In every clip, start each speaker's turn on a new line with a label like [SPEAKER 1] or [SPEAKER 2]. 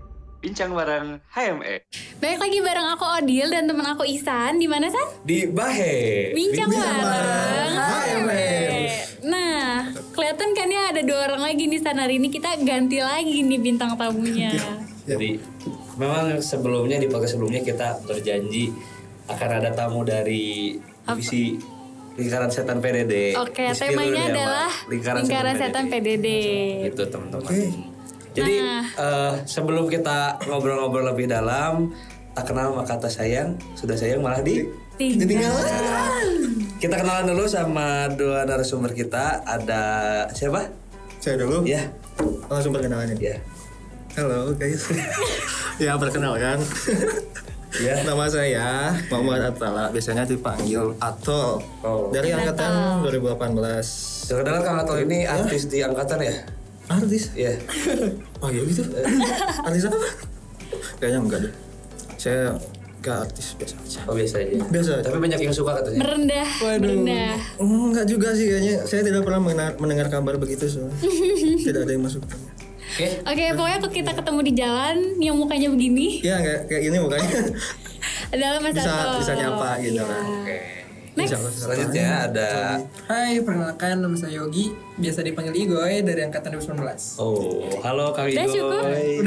[SPEAKER 1] berbincang bareng HME.
[SPEAKER 2] Baik lagi bareng aku Odil dan teman aku Isan. Di mana San?
[SPEAKER 3] di Bahe.
[SPEAKER 2] Bincang bareng.
[SPEAKER 3] Hai, Mers.
[SPEAKER 2] Nah, kelihatan kan ya ada dua orang lagi nih San hari ini kita ganti lagi nih bintang tamunya.
[SPEAKER 3] Jadi memang sebelumnya di podcast sebelumnya kita berjanji akan ada tamu dari divisi lingkaran setan PDD.
[SPEAKER 2] Oke,
[SPEAKER 3] Eh, Di spill
[SPEAKER 2] temanya
[SPEAKER 3] dulu ya, deh,
[SPEAKER 2] adalah
[SPEAKER 3] Mak.
[SPEAKER 2] lingkaran setan PDD.
[SPEAKER 3] Gitu teman-teman. Jadi
[SPEAKER 2] Nah.
[SPEAKER 3] eh, sebelum kita ngobrol-ngobrol lebih dalam, tak kenal maka tak sayang, sudah sayang malah di
[SPEAKER 2] Tinggal.
[SPEAKER 3] kita kenalan dulu sama dua narasumber kita. Ada siapa?
[SPEAKER 4] Saya dulu.
[SPEAKER 3] Ya,
[SPEAKER 4] Langsung perkenalannya.
[SPEAKER 3] ya,
[SPEAKER 4] Halo guys. ya perkenalkan.
[SPEAKER 3] ya.
[SPEAKER 4] Nama saya Muhammad Atala, biasanya dipanggil Atol.
[SPEAKER 3] Oh.
[SPEAKER 4] Dari angkatan 2018.
[SPEAKER 3] Terkenal Kang Atol kan ini artis di angkatan ya?
[SPEAKER 4] Artis?
[SPEAKER 3] Iya. Eh.
[SPEAKER 4] Oh iya gitu. artis apa? Kayaknya enggak deh. Saya enggak artis biasa aja.
[SPEAKER 3] Oh biasa aja.
[SPEAKER 4] Biasa aja.
[SPEAKER 3] Tapi banyak yang suka katanya.
[SPEAKER 2] Merendah, merendah.
[SPEAKER 4] Hmm, Enggak juga sih kayaknya. Saya tidak pernah mengenal- mendengar kabar begitu soalnya. tidak ada yang masuk.
[SPEAKER 3] Oke.
[SPEAKER 2] Oke, pokoknya kalau kita ketemu di jalan yang mukanya begini
[SPEAKER 4] Ya kayak kayak gini mukanya.
[SPEAKER 2] adalah Mas
[SPEAKER 4] bisa
[SPEAKER 2] Anto.
[SPEAKER 4] bisa nyapa gitu kan.
[SPEAKER 3] Oke.
[SPEAKER 2] Iya. Next.
[SPEAKER 4] Insyaallah.
[SPEAKER 3] Selanjutnya ya, ada
[SPEAKER 5] Hai, perkenalkan nama saya Yogi, biasa dipanggil Igoy dari angkatan 2019.
[SPEAKER 3] Oh, halo Kang
[SPEAKER 2] Udah cukup?
[SPEAKER 3] Igoy.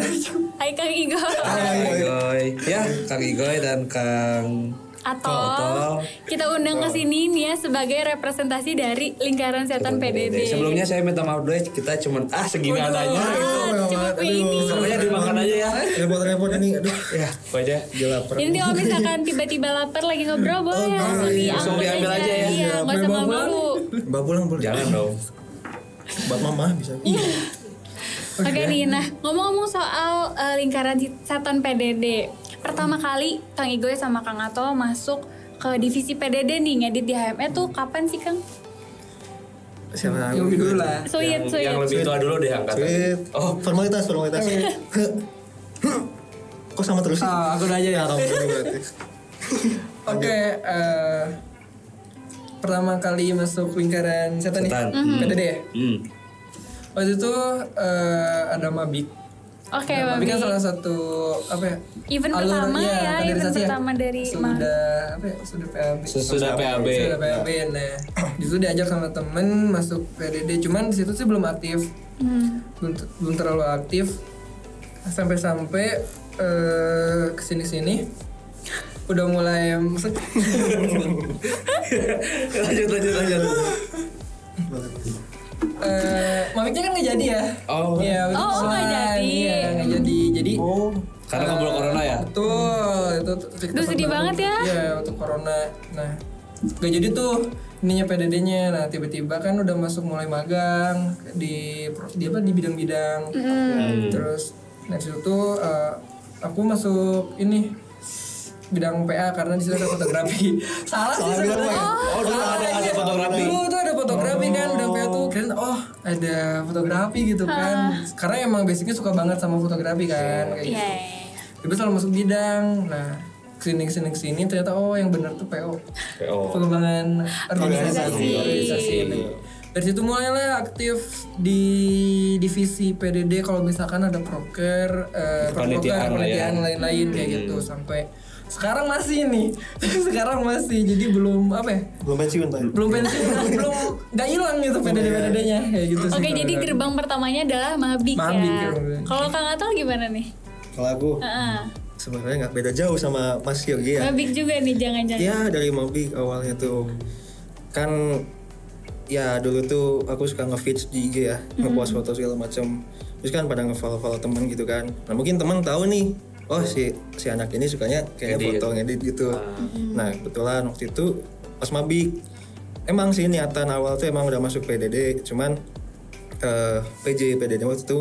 [SPEAKER 2] Hai Kang Igo.
[SPEAKER 3] Kang Igoy. Ya, Kang Igoy dan Kang
[SPEAKER 2] Atol. Kita undang ke sini nih ya sebagai representasi dari lingkaran setan PDD.
[SPEAKER 3] Sebelumnya saya minta maaf dulu ya, kita cuman ah segini adanya.
[SPEAKER 2] Ah, cuma kue ini.
[SPEAKER 3] Pokoknya dimakan aja ya.
[SPEAKER 4] Repot-repot ini aduh.
[SPEAKER 3] Ya, pokoknya
[SPEAKER 4] Gila lapar.
[SPEAKER 2] Jadi kalau misalkan tiba-tiba lapar lagi ngobrol boleh ya. langsung
[SPEAKER 3] Oh, Langsung diambil aja ya.
[SPEAKER 2] Iya, nggak usah malu-malu.
[SPEAKER 4] Mbak pulang boleh.
[SPEAKER 3] jangan dong.
[SPEAKER 4] Mbak mama bisa.
[SPEAKER 2] Iya. Oke nih, nah ngomong-ngomong soal eh, lingkaran setan PDD, pertama kali Kang Igoy sama Kang Atol masuk ke divisi PDD nih ngedit di HME tuh kapan sih Kang?
[SPEAKER 4] Siapa tahu.
[SPEAKER 5] Yogi dulu lah.
[SPEAKER 2] Suyet,
[SPEAKER 3] Yang,
[SPEAKER 2] suyet.
[SPEAKER 3] yang lebih tua dulu deh angkatan.
[SPEAKER 4] Sweet. Oh, formalitas, formalitas.
[SPEAKER 2] Iya.
[SPEAKER 4] Kok sama terus sih?
[SPEAKER 5] Ah, aku udah aja ya.
[SPEAKER 4] Tahu
[SPEAKER 5] Oke,
[SPEAKER 4] dulu berarti.
[SPEAKER 5] eh, pertama kali masuk lingkaran setan nih.
[SPEAKER 3] Setan.
[SPEAKER 2] Mhm.
[SPEAKER 5] PDD ya?
[SPEAKER 3] Hmm.
[SPEAKER 5] Waktu itu eh, ada Mabik.
[SPEAKER 2] Oke, Babi.
[SPEAKER 5] Nah, Mabik kan salah satu apa ya?
[SPEAKER 2] Iya, Event
[SPEAKER 5] alur,
[SPEAKER 2] pertama
[SPEAKER 5] iya,
[SPEAKER 2] ya, event
[SPEAKER 5] kaderisasi ya.
[SPEAKER 2] pertama dari Mabik.
[SPEAKER 5] sudah apa ya? Sudah PAB.
[SPEAKER 3] Sesudah PAB.
[SPEAKER 5] Sudah PAB. Nah, itu diajak sama temen masuk PDD. Cuman di situ sih belum aktif.
[SPEAKER 2] Hmm.
[SPEAKER 5] belum, belum terlalu aktif sampai-sampai eh, kesini-sini udah mulai maksud-
[SPEAKER 3] lanjut lanjut lanjut.
[SPEAKER 5] eh Mamiknya kan nggak jadi ya
[SPEAKER 3] Oh.
[SPEAKER 5] Iya, waktu
[SPEAKER 2] Oh,
[SPEAKER 5] itu
[SPEAKER 2] nggak
[SPEAKER 5] kebetulan.
[SPEAKER 2] jadi.
[SPEAKER 5] Iya, nggak jadi jadi
[SPEAKER 3] Oh, karena ngobrol corona ya.
[SPEAKER 5] Iya. betul itu tuh-
[SPEAKER 2] Duh, sedih banget ya.
[SPEAKER 5] iya waktu corona nah nggak jadi tuh ininya PDD-nya nah tiba-tiba kan udah masuk mulai magang di pro- di apa di bidang-bidang terus nah disitu tuh eh, aku masuk ini bidang PA karena disitu ada fotografi salah sih sebenarnya iya.
[SPEAKER 3] Oh, dulu ada ada fotografi.
[SPEAKER 5] dulu tuh ada fotografi kan bidang PA tuh keren oh ada fotografi gitu kan karena emang basicnya suka banget sama fotografi kan kayak
[SPEAKER 2] Iya,
[SPEAKER 5] gitu
[SPEAKER 2] Yeay.
[SPEAKER 5] Ibu selalu masuk bidang nah kesini kesini kesini ternyata oh yang benar tuh PO
[SPEAKER 3] Oh.
[SPEAKER 5] pengembangan
[SPEAKER 2] Organisasi.
[SPEAKER 5] organisasi organisasi dari situ mulailah aktif di divisi PDD kalau misalkan ada proker
[SPEAKER 3] Kepanitiaan
[SPEAKER 5] eh, proker,
[SPEAKER 3] lah ya.
[SPEAKER 5] kepanitiaan lain-lain kayak gitu sampai sekarang masih nih sekarang masih jadi belum apa ya
[SPEAKER 4] Belum pensiun tadi.
[SPEAKER 5] belum pensiun belum nggak hilang gitu
[SPEAKER 3] ya.
[SPEAKER 5] PDD PDD-nya kayak gitu sih
[SPEAKER 2] Oke,
[SPEAKER 5] kalau
[SPEAKER 2] jadi
[SPEAKER 5] dari-
[SPEAKER 2] gerbang pertamanya adalah Mabik,
[SPEAKER 5] Mabik,
[SPEAKER 2] ya.
[SPEAKER 5] ya.
[SPEAKER 2] Kalau Kang Atol gimana nih?
[SPEAKER 4] Kalau aku
[SPEAKER 2] Heeh.
[SPEAKER 4] sebenarnya nggak beda jauh sama Mas Yogi ya.
[SPEAKER 2] Mabik juga nih, jangan-jangan.
[SPEAKER 4] Ya dari Mobi awalnya tuh kan ya dulu tuh aku suka nge-feeds di IG ya, ngepost foto segala macam. Terus kan pada nge-follow-follow teman gitu kan. Nah, mungkin teman tahu nih, oh si si anak ini sukanya kayak
[SPEAKER 3] Edit.
[SPEAKER 4] foto ngedit gitu. Nah, kebetulan waktu itu pas mabik emang sih niatan awal tuh emang udah masuk PDD, cuman eh, PJ PDD waktu itu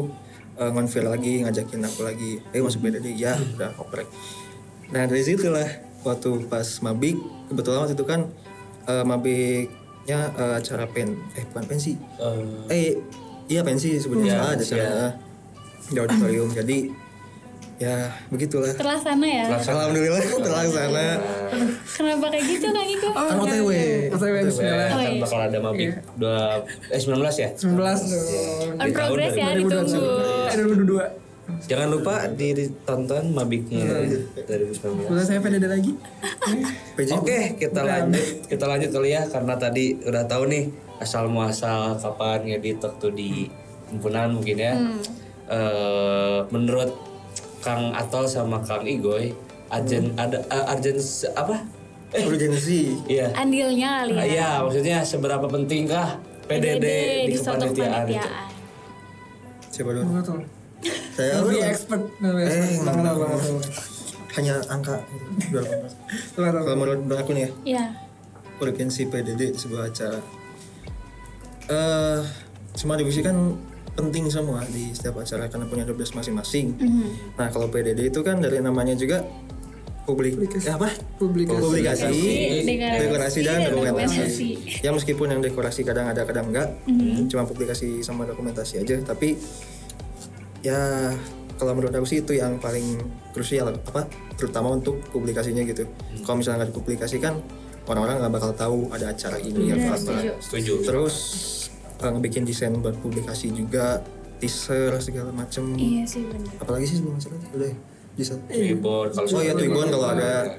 [SPEAKER 4] eh, ngonfir lagi ngajakin aku lagi, eh masuk PDD ya udah oprek. Nah dari situlah waktu pas mabik kebetulan waktu itu kan eh, mabiknya eh, acara pen eh bukan pensi eh iya pensi sebenarnya
[SPEAKER 3] Iya,
[SPEAKER 4] salah ada
[SPEAKER 3] pensi,
[SPEAKER 4] acara di auditorium jadi ya begitulah
[SPEAKER 2] Terlaksana ya.
[SPEAKER 4] alhamdulillah
[SPEAKER 3] Iya.
[SPEAKER 4] terlaksana
[SPEAKER 2] Kenapa kayak gitu Kang Igo?
[SPEAKER 4] kan OTW
[SPEAKER 5] OTW
[SPEAKER 3] Kan
[SPEAKER 2] Oh, iya.
[SPEAKER 3] bakal ada mabik dua eh 19 ya?
[SPEAKER 5] 19 dong
[SPEAKER 2] iya. On progress ya, ditunggu.
[SPEAKER 5] eh 2002
[SPEAKER 3] Jangan lupa ditonton Mabiknya dari 2019.
[SPEAKER 5] Boleh saya PDD lagi?
[SPEAKER 4] PJ
[SPEAKER 3] Oke, kita lanjut. Kita lanjut kali ya karena tadi udah tahu nih asal muasal kapan ngedit waktu di himpunan mungkin ya. Eh, menurut Kang Atol sama Kang Igoy, Arjen ada eh, Arjen se- apa? Eh,
[SPEAKER 4] urgensi
[SPEAKER 3] iya.
[SPEAKER 2] Andilnya kali ya.
[SPEAKER 3] Ah, Iya, maksudnya seberapa pentingkah PDD, di
[SPEAKER 2] suatu
[SPEAKER 3] kepanitiaan?
[SPEAKER 2] kepanitiaan.
[SPEAKER 4] coba dulu
[SPEAKER 5] Enggak tahu.
[SPEAKER 4] saya
[SPEAKER 5] Lebih
[SPEAKER 3] Iya.
[SPEAKER 5] expert, lebih expert.
[SPEAKER 4] Eh,
[SPEAKER 5] Bang Nau, Bang Nau.
[SPEAKER 4] hanya angka berapa
[SPEAKER 5] Bang Nau.
[SPEAKER 4] kalau menurut menurut aku nih ya
[SPEAKER 2] Iya.
[SPEAKER 4] urgensi PDD sebuah acara eh semua divisi kan penting semua di setiap acara karena punya tugas masing-masing
[SPEAKER 2] Mhm.
[SPEAKER 4] nah kalau PDD itu kan dari namanya juga publik eh, apa
[SPEAKER 5] Publikasi.
[SPEAKER 4] publikasi,
[SPEAKER 2] Deklarasi,
[SPEAKER 4] dekorasi dan
[SPEAKER 2] dan dokumentasi.
[SPEAKER 4] dokumentasi. Ya meskipun yang dekorasi kadang ada kadang enggak, cuma publikasi sama dokumentasi aja. Tapi ya kalau menurut aku sih itu yang paling krusial apa terutama untuk publikasinya gitu. Kalau misalnya nggak dipublikasikan orang-orang nggak bakal tahu ada acara ini atau apa.
[SPEAKER 3] Setuju.
[SPEAKER 4] Terus eh, ngebikin desain buat publikasi juga teaser segala macem.
[SPEAKER 2] Iya sih benar.
[SPEAKER 4] Apalagi sih sebelum acara udah ya? desain.
[SPEAKER 3] Tribun kalau
[SPEAKER 4] Oh ya tujuan kalau ada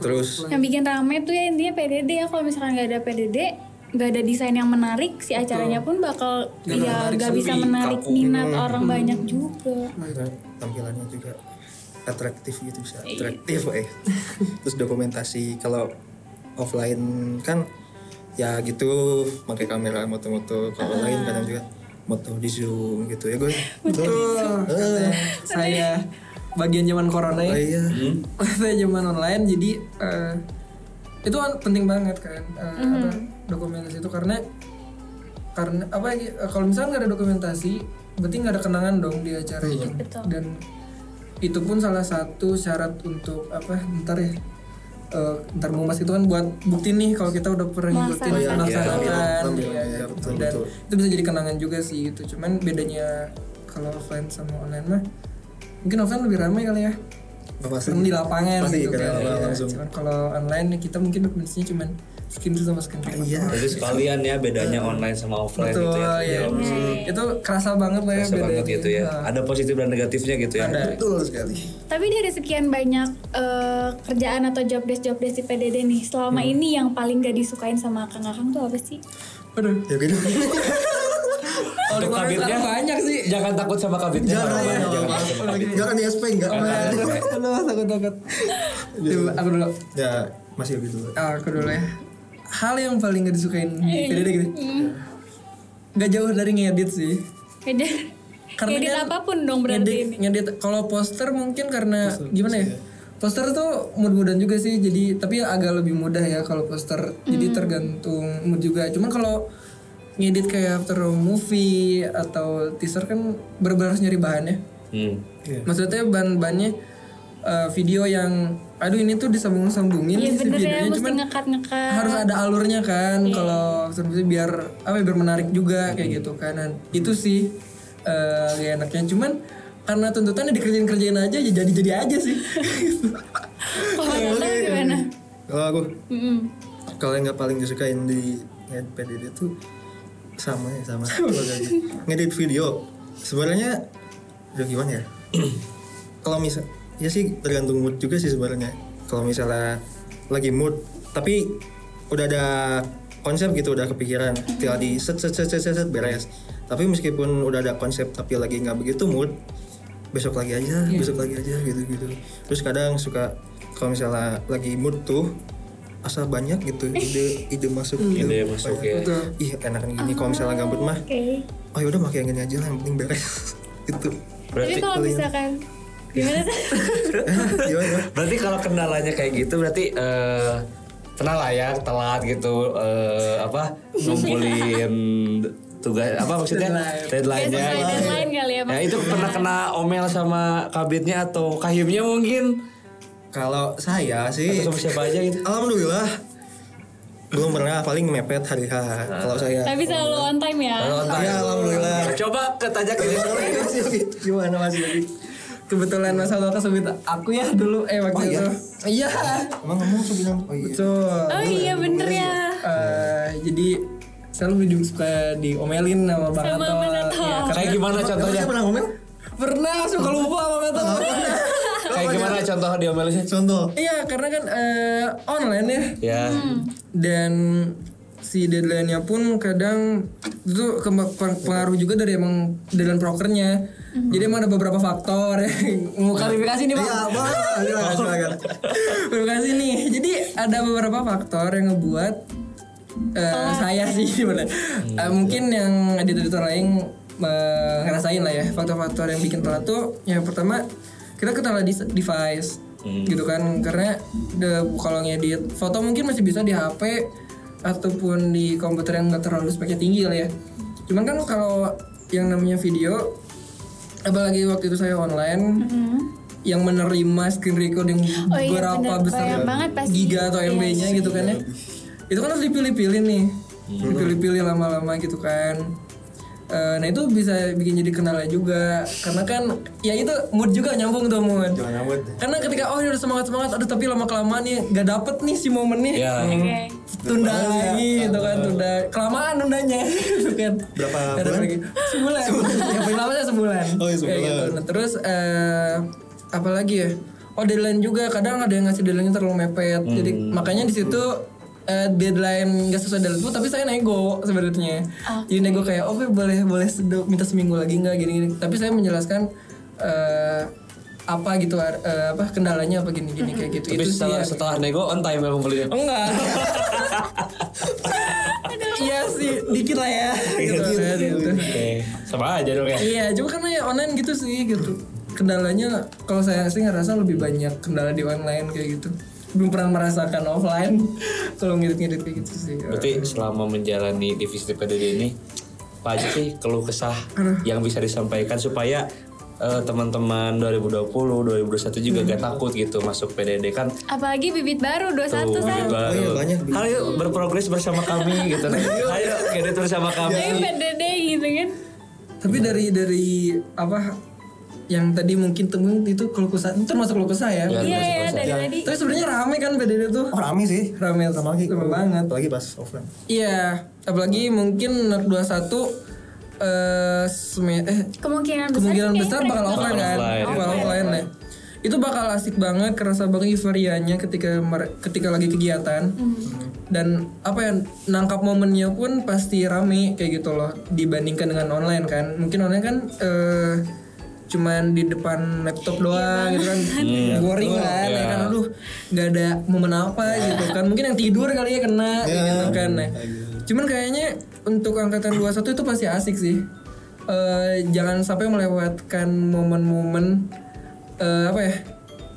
[SPEAKER 4] terus
[SPEAKER 2] Yang bikin rame tuh ya intinya PDD ya kalau misalkan nggak ada PDD nggak ada desain yang menarik si acaranya pun bakal ya nggak bisa
[SPEAKER 3] sepi,
[SPEAKER 2] menarik
[SPEAKER 3] kaku.
[SPEAKER 2] minat orang banyak juga.
[SPEAKER 4] tampilannya juga atraktif gitu bisa
[SPEAKER 5] Iya.
[SPEAKER 4] atraktif eh terus dokumentasi kalau offline kan ya gitu pakai kamera moto-moto kalau lain kadang juga moto di zoom gitu ya gue
[SPEAKER 5] Ah. Betul. Katanya Saya bagian zaman corona
[SPEAKER 4] oh
[SPEAKER 5] ya.
[SPEAKER 4] iya
[SPEAKER 5] saya zaman online jadi eh, itu kan penting banget kan eh, apa, dokumentasi itu karena karena apa ya, eh, kalau misalnya nggak ada dokumentasi berarti nggak ada kenangan dong di acara itu
[SPEAKER 2] Betul.
[SPEAKER 5] dan itu pun salah satu syarat untuk apa ntar ya eh, ntar mau mas itu kan buat bukti nih kalau kita udah pernah ngikutin
[SPEAKER 2] Melaksanakan.
[SPEAKER 5] melaksanakan
[SPEAKER 4] Iya,
[SPEAKER 5] iya,
[SPEAKER 4] iya,
[SPEAKER 5] gitu.
[SPEAKER 4] betul,
[SPEAKER 5] dan
[SPEAKER 4] betul.
[SPEAKER 5] itu bisa jadi kenangan juga sih gitu cuman bedanya kalau offline sama online mah mungkin offline lebih ramai kali ya
[SPEAKER 4] pasti
[SPEAKER 5] Cuman di lapangan
[SPEAKER 4] pasti
[SPEAKER 5] gitu
[SPEAKER 4] karena
[SPEAKER 3] ya,
[SPEAKER 5] kan.
[SPEAKER 4] lapangan langsung
[SPEAKER 5] Cuman kalau online kita mungkin dokumentasinya cuman skin to sama skin to.
[SPEAKER 4] iya
[SPEAKER 3] Jadi sekalian ya bedanya online sama offline
[SPEAKER 5] Betul
[SPEAKER 3] Ah, gitu ya.
[SPEAKER 5] ya.
[SPEAKER 3] Jauh sih.
[SPEAKER 5] Itu kerasa banget lah ya
[SPEAKER 3] Kerasa banget
[SPEAKER 5] bedanya.
[SPEAKER 3] gitu ya. Ada positif dan negatifnya gitu ya.
[SPEAKER 5] Ada.
[SPEAKER 4] betul sekali
[SPEAKER 2] Tapi dari sekian banyak eh, kerjaan atau job desk job desk di PDD nih, selama ini yang paling gak disukain sama kakak-kakak tuh apa sih?
[SPEAKER 5] Aduh.
[SPEAKER 4] ya gitu
[SPEAKER 5] Kalau
[SPEAKER 3] Untuk
[SPEAKER 5] kemarin
[SPEAKER 3] kabinnya?
[SPEAKER 5] banyak sih.
[SPEAKER 3] Jangan takut sama kabinnya.
[SPEAKER 4] jangan ya jangan di SP enggak
[SPEAKER 5] Aduh, takut-takut.
[SPEAKER 3] Iya.
[SPEAKER 5] Coba, Aku dulu.
[SPEAKER 4] ya masih gitu
[SPEAKER 5] Ah, Aku dulu ya. Hal yang paling gak disukain di PDD gitu. Gak jauh dari ngedit sih.
[SPEAKER 2] Beda.
[SPEAKER 5] Karena
[SPEAKER 2] Edit
[SPEAKER 5] kan
[SPEAKER 2] apapun dong
[SPEAKER 5] Ngedit,
[SPEAKER 2] berarti ini.
[SPEAKER 5] ngedit. Kalau poster mungkin karena gimana ya? Poster tuh mudah-mudahan juga sih. Jadi tapi agak lebih mudah ya kalau poster. Jadi
[SPEAKER 2] Hmm.
[SPEAKER 5] tergantung mood juga. Cuman kalau ngedit kayak after movie atau teaser kan benar-benar harus nyari bahannya.
[SPEAKER 3] Hmm.
[SPEAKER 5] Maksudnya bahan-bahannya eh, video yang aduh ini tuh disambung-sambungin
[SPEAKER 2] Iya
[SPEAKER 5] sih
[SPEAKER 2] bener ya,
[SPEAKER 5] videonya
[SPEAKER 2] mesti ngekat-ngekat.
[SPEAKER 5] harus ada alurnya kan kalau sebenarnya biar apa ya, biar menarik juga kayak gitu kan Nah, itu sih eh gak enaknya cuman karena tuntutannya dikerjain kerjain aja ya jadi jadi aja sih
[SPEAKER 2] Kalau nonton gimana?
[SPEAKER 4] kalau aku
[SPEAKER 2] Mm-mm.
[SPEAKER 4] kalau yang nggak paling disukain di ngedit PDD itu sama ya sama ngedit video sebenarnya udah gimana ya kalau misal ya sih tergantung mood juga sih sebenarnya kalau misalnya lagi mood tapi udah ada konsep gitu udah kepikiran tinggal di set set set set set, set, beres tapi meskipun udah ada konsep tapi lagi nggak begitu mood besok lagi aja besok lagi aja gitu gitu terus kadang suka kalau misalnya lagi mood tuh asal banyak gitu ide ide masuk gitu.
[SPEAKER 3] Ide masuk ya.
[SPEAKER 5] Betul.
[SPEAKER 4] ih enak Iya, gini kalau misalnya gabut mah
[SPEAKER 2] Oke.
[SPEAKER 4] oh yaudah pakai yang gini aja lah yang penting beres gitu
[SPEAKER 2] Tapi
[SPEAKER 3] Berarti
[SPEAKER 2] kalau misalkan gimana sih?
[SPEAKER 4] gimana
[SPEAKER 3] berarti kalau kendalanya kayak gitu berarti eh pernah lah ya telat gitu eh, apa ngumpulin tugas apa maksudnya deadline-nya.
[SPEAKER 2] Sesuai deadline kali ya,
[SPEAKER 3] Ya itu pernah kena omel sama kabitnya atau kahimnya mungkin
[SPEAKER 4] Kalau saya sih,
[SPEAKER 3] atau sama siapa aja gitu.
[SPEAKER 4] alhamdulillah belum pernah paling mepet hari H. Kalau saya,
[SPEAKER 2] Tapi selalu on time ya.
[SPEAKER 4] ya alhamdulillah.
[SPEAKER 3] Coba ketanya ke
[SPEAKER 4] Gimana Mas Yogi?
[SPEAKER 5] kebetulan masa lalu kesebut aku ya dulu eh waktu itu iya
[SPEAKER 4] Emang ngomong tuh bilang, oh iya.
[SPEAKER 5] betul
[SPEAKER 2] Oh iya bener ya.
[SPEAKER 5] Eh, jadi selalu di suka diomelin sama bang
[SPEAKER 2] Sama Bang
[SPEAKER 5] Ato
[SPEAKER 2] Ato.
[SPEAKER 5] ya, karena
[SPEAKER 3] Kayak gimana
[SPEAKER 4] Emang
[SPEAKER 3] contohnya?
[SPEAKER 4] saya pernah ngomel?
[SPEAKER 5] pernah suka lupa sama metode.
[SPEAKER 3] Kayak gimana contoh diomelinnya?
[SPEAKER 4] Contoh.
[SPEAKER 5] Iya karena kan eh, online ya
[SPEAKER 3] Ya.
[SPEAKER 2] Hmm,
[SPEAKER 5] dan si deadline-nya pun kadang itu ke- peng- pengaruh juga dari emang deadline prokernya. Jadi emang ada beberapa faktor ya. Mhm. Mau klarifikasi nih, Pak.
[SPEAKER 4] Iya, boleh. Silakan, silakan.
[SPEAKER 5] Terima kasih nih. Jadi ada beberapa faktor yang ngebuat eh,
[SPEAKER 2] Oh.
[SPEAKER 5] saya sih sebenarnya Eh, mungkin yang editor-editor lain eh, ngerasain lah ya faktor-faktor yang bikin telat tuh yang pertama kita ketelah di device gitu kan karena de, kalau ngedit foto mungkin masih bisa di HP ataupun di komputer yang nggak terlalu speknya tinggi lah ya cuman kan kalau yang namanya video apalagi waktu itu saya online yang menerima screen record yang
[SPEAKER 2] Mm-hmm. Oh iya,
[SPEAKER 5] berapa
[SPEAKER 2] bener.
[SPEAKER 5] besar
[SPEAKER 2] Banyak banget pasti.
[SPEAKER 5] giga atau
[SPEAKER 2] Iya,
[SPEAKER 5] MB-nya gitu kan ya itu kan harus dipilih-pilih nih dipilih-pilih lama-lama gitu kan Eh, nah itu bisa bikin jadi kendala juga karena kan ya itu mood juga nyambung tuh mood
[SPEAKER 4] Jangan nyambut.
[SPEAKER 5] karena ketika oh ini udah semangat semangat aduh tapi lama kelamaan nih gak dapet nih si momennya Iya.
[SPEAKER 3] Ya.
[SPEAKER 2] Oke.
[SPEAKER 5] tunda
[SPEAKER 4] ya.
[SPEAKER 5] lagi gitu kan tunda kelamaan tundanya gitu kan
[SPEAKER 4] Berapa
[SPEAKER 5] Ada
[SPEAKER 4] bulan?
[SPEAKER 5] lagi. sebulan yang paling lama saya sebulan
[SPEAKER 4] Oh, iya,
[SPEAKER 5] Kayak
[SPEAKER 4] sebulan.
[SPEAKER 5] gitu. Nah, terus eh apa lagi ya oh deadline juga kadang ada yang ngasih deadline terlalu mepet jadi
[SPEAKER 4] Hmm.
[SPEAKER 5] makanya di situ eh, deadline gak sesuai deadline tuh, tapi saya nego sebenarnya jadi nego kayak oke boleh boleh sedu- minta seminggu lagi nggak gini gini tapi saya menjelaskan eh apa gitu eh, apa kendalanya apa gini gini kayak gitu
[SPEAKER 3] Tapi
[SPEAKER 5] itu sih
[SPEAKER 3] setelah,
[SPEAKER 5] yang-
[SPEAKER 3] setelah nego on time ya emang belinya.
[SPEAKER 5] Enggak. Iya sih, dikit lah ya.
[SPEAKER 4] Iya,
[SPEAKER 5] Gitu, gitu.
[SPEAKER 3] Oke. Sama aja dong ya.
[SPEAKER 5] Iya, cuma karena ya online gitu sih gitu. Kendalanya kalau saya sih ngerasa lebih banyak kendala di online kayak gitu. Belum pernah merasakan offline kalau ngedit-ngedit kayak gitu sih.
[SPEAKER 3] Berarti selama menjalani divisi PDD ini apa aja sih keluh kesah yang bisa disampaikan supaya eh, teman-teman 2020 2021 juga gak takut gitu masuk PDD kan
[SPEAKER 2] Apalagi bibit baru 21
[SPEAKER 3] tuh
[SPEAKER 2] satu kan?
[SPEAKER 3] bibit
[SPEAKER 4] Oh iya,
[SPEAKER 3] baru.
[SPEAKER 4] banyak.
[SPEAKER 3] Ayo berprogres bersama kami gitu. Ayo kredit bersama
[SPEAKER 2] Tapi
[SPEAKER 3] kami.
[SPEAKER 2] PDD gitu kan.
[SPEAKER 5] Tapi
[SPEAKER 4] Iya.
[SPEAKER 5] dari dari apa yang tadi mungkin temuin itu kalau kesah itu termasuk kalau kesah ya.
[SPEAKER 2] Iya
[SPEAKER 3] Ya, masuk
[SPEAKER 2] ya dari tadi.
[SPEAKER 5] Tapi sebenarnya rame kan PDD tuh.
[SPEAKER 4] Oh, rame sih.
[SPEAKER 5] Rame,
[SPEAKER 4] Sama lagi.
[SPEAKER 5] rame banget.
[SPEAKER 4] Apalagi pas offline.
[SPEAKER 5] Iya, apalagi mungkin NER 21 eh seme- eh
[SPEAKER 2] Kemungkinan besar
[SPEAKER 5] kemungkinan
[SPEAKER 2] sih
[SPEAKER 5] besar
[SPEAKER 2] kayaknya
[SPEAKER 5] bakal
[SPEAKER 2] mereka-
[SPEAKER 5] offline kan.
[SPEAKER 3] Offline.
[SPEAKER 5] Bakal offline ya. Itu bakal asik banget kerasa banget euforianya ketika mer- ketika lagi kegiatan. Dan apa ya nangkap momennya pun pasti rame kayak gitu loh dibandingkan dengan online kan. Mungkin online kan eh cuman di depan laptop doang gitu kan boring kan ya kan aduh nggak ada momen apa gitu kan mungkin yang tidur kali ya kena gitu kan nah. cuman kayaknya untuk angkatan 21 itu pasti asik sih Eh, jangan sampai melewatkan momen-momen eh, apa ya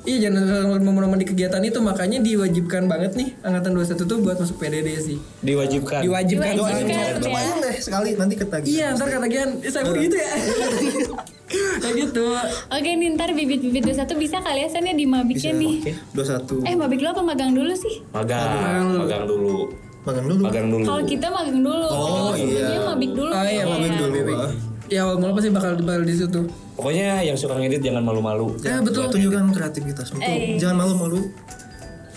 [SPEAKER 5] Iya jangan melewatkan momen-momen di kegiatan itu makanya diwajibkan banget nih angkatan 21 tuh buat masuk PDD sih.
[SPEAKER 3] Diwajibkan.
[SPEAKER 5] Diwajibkan.
[SPEAKER 2] Diwajibkan.
[SPEAKER 5] banget.
[SPEAKER 2] Iya.
[SPEAKER 4] Cobain deh sekali nanti ketagih.
[SPEAKER 5] Iya ntar ketagihan "Eh, saya begitu ya. Kayak gitu.
[SPEAKER 2] Oke nih ntar bibit-bibit 21 bisa kali ya Sannya di mabiknya nih.
[SPEAKER 4] 21.
[SPEAKER 2] Eh mabik lu apa magang dulu sih?
[SPEAKER 3] Magang, magang dulu.
[SPEAKER 4] Magang dulu.
[SPEAKER 3] Magang dulu.
[SPEAKER 2] Kalau kita magang dulu.
[SPEAKER 4] Oh,
[SPEAKER 2] Sebelumnya mabik dulu. Eh,
[SPEAKER 5] Oh iya,
[SPEAKER 2] kayaknya.
[SPEAKER 5] mabik
[SPEAKER 4] Dulu. ah.
[SPEAKER 5] Ya awal mula pasti bakal bakal di situ.
[SPEAKER 3] Pokoknya yang suka ngedit jangan malu-malu.
[SPEAKER 5] Ya betul.
[SPEAKER 4] Tunjukkan kreativitasmu. Tuh,
[SPEAKER 2] Eh.
[SPEAKER 4] Jangan malu-malu.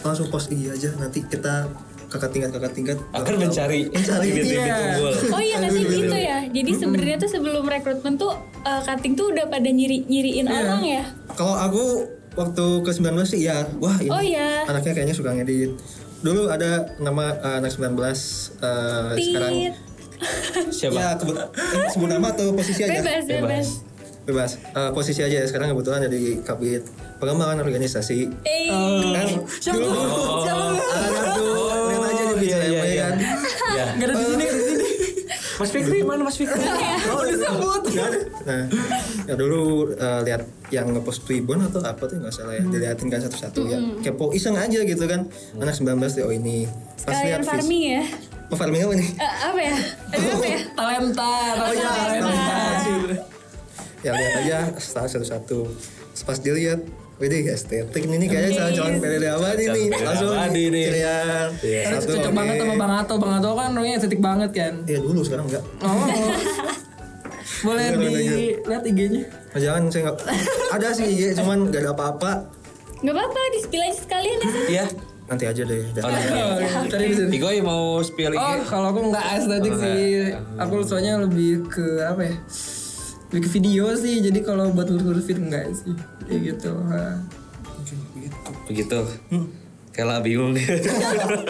[SPEAKER 4] Langsung post IG aja nanti kita kakak tingkat kakak tingkat.
[SPEAKER 3] Akan mencari
[SPEAKER 4] Mencari,
[SPEAKER 3] bibit-bibit
[SPEAKER 5] iya.
[SPEAKER 3] unggul.
[SPEAKER 2] Oh iya katanya gitu ya. Jadi sebenarnya tuh sebelum rekrutmen tuh eh, cutting tuh udah pada nyiri nyiriin
[SPEAKER 5] Iya.
[SPEAKER 2] orang ya.
[SPEAKER 4] Kalau aku waktu ke 19 sih ya, wah ini
[SPEAKER 2] Oh iya.
[SPEAKER 4] anaknya kayaknya suka ngedit. Dulu ada nama eh, anak 19 eh, sekarang
[SPEAKER 2] Tit.
[SPEAKER 3] Siapa?
[SPEAKER 4] ya kebe- eh, sebut nama atau posisi aja?
[SPEAKER 2] Bebas bebas.
[SPEAKER 4] Bebas. Eh, posisi aja ya. sekarang kebetulan jadi kabit pengembangan organisasi.
[SPEAKER 2] Eh.
[SPEAKER 4] Kan
[SPEAKER 5] Siapa
[SPEAKER 4] dulu
[SPEAKER 5] tuh? Siapa tuh?
[SPEAKER 4] anak aku lihat aja di
[SPEAKER 3] iya, iya,
[SPEAKER 4] BCMI
[SPEAKER 3] iya.
[SPEAKER 4] kan.
[SPEAKER 3] Ya.
[SPEAKER 5] Gak ada di sini, di sini.
[SPEAKER 3] Mas Fikri mana Mas Fikri?
[SPEAKER 5] Oh, disebut.
[SPEAKER 4] Nah, ya dulu eh, lihat yang ngepost Twibbon atau apa tuh nggak salah ya,
[SPEAKER 5] Hmm.
[SPEAKER 4] diliatin kan satu-satu ya. Kepo iseng aja gitu kan. Anak 19 deh, oh ini.
[SPEAKER 2] Kalian
[SPEAKER 4] Pas lihat vis-
[SPEAKER 2] farming ya?
[SPEAKER 4] Oh, farming apa nih?
[SPEAKER 2] Eh, apa ya? Aduh, apa ya?
[SPEAKER 5] Talenta, talenta, talenta.
[SPEAKER 4] ya lihat aja setelah satu-satu Terus pas dilihat Widih estetik nih, ini kayaknya calon-calon PDD abadi nih
[SPEAKER 3] PDD
[SPEAKER 4] Langsung
[SPEAKER 3] abadi nih.
[SPEAKER 4] cerian
[SPEAKER 3] Iya.
[SPEAKER 5] Karena
[SPEAKER 4] Satu,
[SPEAKER 5] cocok
[SPEAKER 4] oke.
[SPEAKER 5] banget sama Bang Ato. Bang Ato kan orangnya estetik banget kan.
[SPEAKER 4] Ya dulu sekarang enggak
[SPEAKER 5] Oh. Boleh dilihat IG-nya.
[SPEAKER 4] Oh, Jangan saya enggak Ada sih IG cuman gak ada apa-apa
[SPEAKER 2] Gak apa-apa, di spill aja sekalian ya.
[SPEAKER 3] Iya.
[SPEAKER 4] Nanti aja deh
[SPEAKER 3] Oh,
[SPEAKER 4] dah.
[SPEAKER 3] iya.
[SPEAKER 5] Tadi di sini.
[SPEAKER 3] Igoy mau spill
[SPEAKER 5] Oh,
[SPEAKER 3] IG.
[SPEAKER 5] kalau aku nggak estetik
[SPEAKER 3] Oh,
[SPEAKER 5] sih. Aku soalnya lebih ke apa ya? lebih ke video sih jadi kalau buat ngurus fit enggak sih ya gitu ha.
[SPEAKER 3] begitu Kela bingung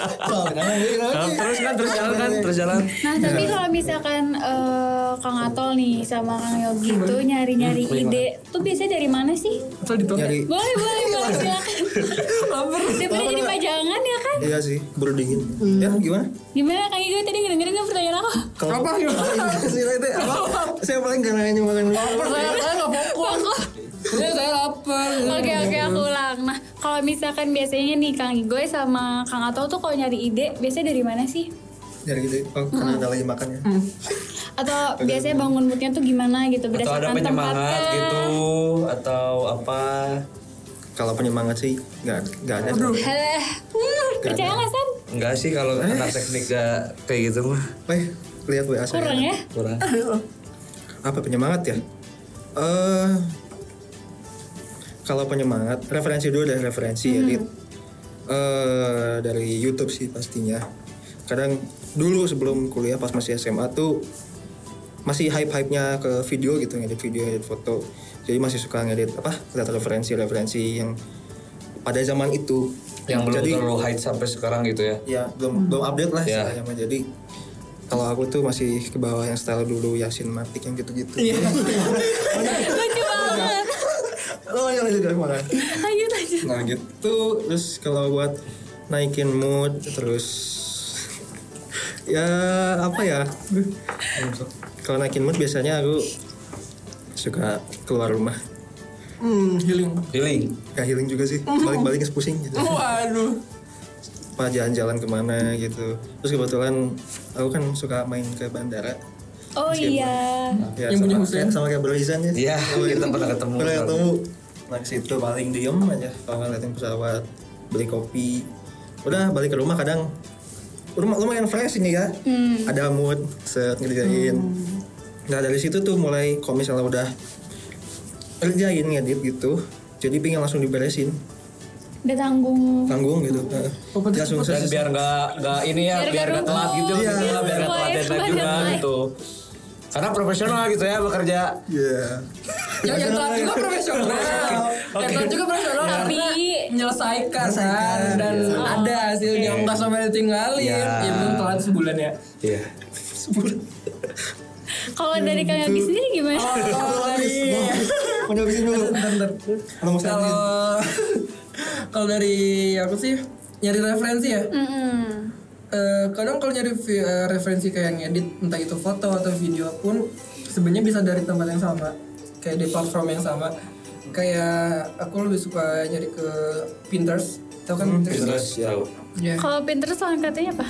[SPEAKER 3] Nah, terus kan terus jalan kan terus jalan
[SPEAKER 2] Nah tapi kalau misalkan eh, Kang Atol nih sama Kang Yogi tuh nyari-nyari ide tuh biasanya dari mana sih?
[SPEAKER 5] atau di
[SPEAKER 4] nyari
[SPEAKER 2] Boleh boleh
[SPEAKER 3] Iya,
[SPEAKER 2] boleh silakan. Laper. jadi pajangan ya kan?
[SPEAKER 4] iya sih baru dingin ya gimana
[SPEAKER 2] Gimana Kang Igo tadi ngedengerin nggak pertanyaan aku?
[SPEAKER 4] kalau Iya,
[SPEAKER 5] apa
[SPEAKER 4] saya paling karena hanya makan
[SPEAKER 5] saya saya nggak fokus ini saya lapar
[SPEAKER 2] Oke oke aku ulang. Nah kalau misalkan biasanya nih Kang Igo sama Kang Atol tuh kalau nyari ide biasanya dari mana sih?
[SPEAKER 4] dari gitu oh, karena ada lagi makan ya
[SPEAKER 2] Atau biasanya bangun moodnya tuh gimana gitu
[SPEAKER 3] atau ada
[SPEAKER 2] berdasarkan tempat
[SPEAKER 3] penyemangat
[SPEAKER 2] kah?
[SPEAKER 3] gitu atau apa
[SPEAKER 4] kalau penyemangat sih nggak nggak ada
[SPEAKER 2] Heh, hmm, percaya nggak San?
[SPEAKER 3] enggak sih kalau anak teknik gak kayak gitu mah
[SPEAKER 4] eh lihat wa saya
[SPEAKER 2] Kurang ya?
[SPEAKER 3] kurang
[SPEAKER 4] apa penyemangat ya? Eh kalau penyemangat, referensi dulu deh referensi ya Dit. Eh, dari YouTube sih pastinya. Kadang dulu sebelum kuliah pas masih SMA tuh masih hype-hype-nya ke video gitu ngedit video, ngedit foto. Jadi masih suka ngedit apa? Lihat referensi-referensi yang pada zaman itu
[SPEAKER 3] yang belum
[SPEAKER 4] Jadi-
[SPEAKER 3] terlalu high sampai sekarang gitu ya
[SPEAKER 4] ya belum belum update lah
[SPEAKER 3] Ya.
[SPEAKER 4] istilahnya mah. jadi kalau aku tuh masih ke bawah yang style dulu Yasin Matik yang gitu-gitu
[SPEAKER 3] Iya.
[SPEAKER 2] Lucu banget.
[SPEAKER 4] lo yang lanjut dari mana?
[SPEAKER 2] Lanjut lanjut.
[SPEAKER 4] nah gitu terus kalau buat naikin mood terus ya apa ya kalau naikin mood biasanya aku suka keluar rumah
[SPEAKER 5] hmm healing
[SPEAKER 3] healing
[SPEAKER 4] gak healing juga sih balik-balik ke pusing gitu
[SPEAKER 5] waduh
[SPEAKER 4] apa jalan-jalan kemana gitu terus kebetulan aku kan suka main ke bandara
[SPEAKER 2] Oh iya.
[SPEAKER 4] ya, sama,
[SPEAKER 5] Yang punya
[SPEAKER 4] ya,
[SPEAKER 5] Hussein.
[SPEAKER 4] sama kayak Berizan ya
[SPEAKER 3] Iya, kita pernah ketemu.
[SPEAKER 4] pernah ketemu nah ke situ paling diem aja kalau ngeliatin pesawat beli kopi udah balik ke rumah kadang rumah lumayan fresh ini ya
[SPEAKER 5] Hmm.
[SPEAKER 4] ada mood set ngerjain nah dari situ tuh mulai kalau misalnya udah ngerjain ngedit gitu jadi pengen langsung diberesin
[SPEAKER 2] Udah tanggung.
[SPEAKER 4] tanggung gitu Heeh.
[SPEAKER 5] Oh, pantes-
[SPEAKER 4] langsung
[SPEAKER 3] dan
[SPEAKER 4] ses-
[SPEAKER 3] biar nggak nggak ini ya
[SPEAKER 2] Biar
[SPEAKER 3] biar
[SPEAKER 2] nggak ya,
[SPEAKER 3] nggak telat
[SPEAKER 2] rumput.
[SPEAKER 3] gitu
[SPEAKER 4] Iya.
[SPEAKER 3] maksudnya, biar nggak telat
[SPEAKER 2] Sesuai,
[SPEAKER 3] deadline
[SPEAKER 2] sesuai
[SPEAKER 3] juga
[SPEAKER 2] deadline.
[SPEAKER 3] gitu karena profesional gitu ya bekerja
[SPEAKER 4] Iya.
[SPEAKER 5] yang yang telat juga profesional yang telat juga profesional
[SPEAKER 2] Tapi-
[SPEAKER 5] karena menyelesaikan kan dan ada hasilnya nggak sampai ditinggalin
[SPEAKER 3] Ya.
[SPEAKER 5] ya belum telat sebulan ya
[SPEAKER 3] iya
[SPEAKER 2] Kalau dari Kang Yogi sendiri gimana?
[SPEAKER 5] Oh.
[SPEAKER 4] oh,
[SPEAKER 5] Iya.
[SPEAKER 4] mau nyobisin dulu
[SPEAKER 5] Bentar, bentar.
[SPEAKER 4] kalau mau
[SPEAKER 5] kalau
[SPEAKER 4] selfie
[SPEAKER 5] kalau dari aku sih nyari referensi ya
[SPEAKER 2] Mm-mm.
[SPEAKER 5] Eh, kadang kalau nyari vi- eh, referensi kayak ngedit entah itu foto atau video pun sebenarnya bisa dari tempat yang sama kayak di platform yang sama kayak aku lebih suka nyari ke Pinterest tau kan Pinterest
[SPEAKER 3] terus ya
[SPEAKER 5] ya
[SPEAKER 2] Kalau Pinterest lawan katanya apa?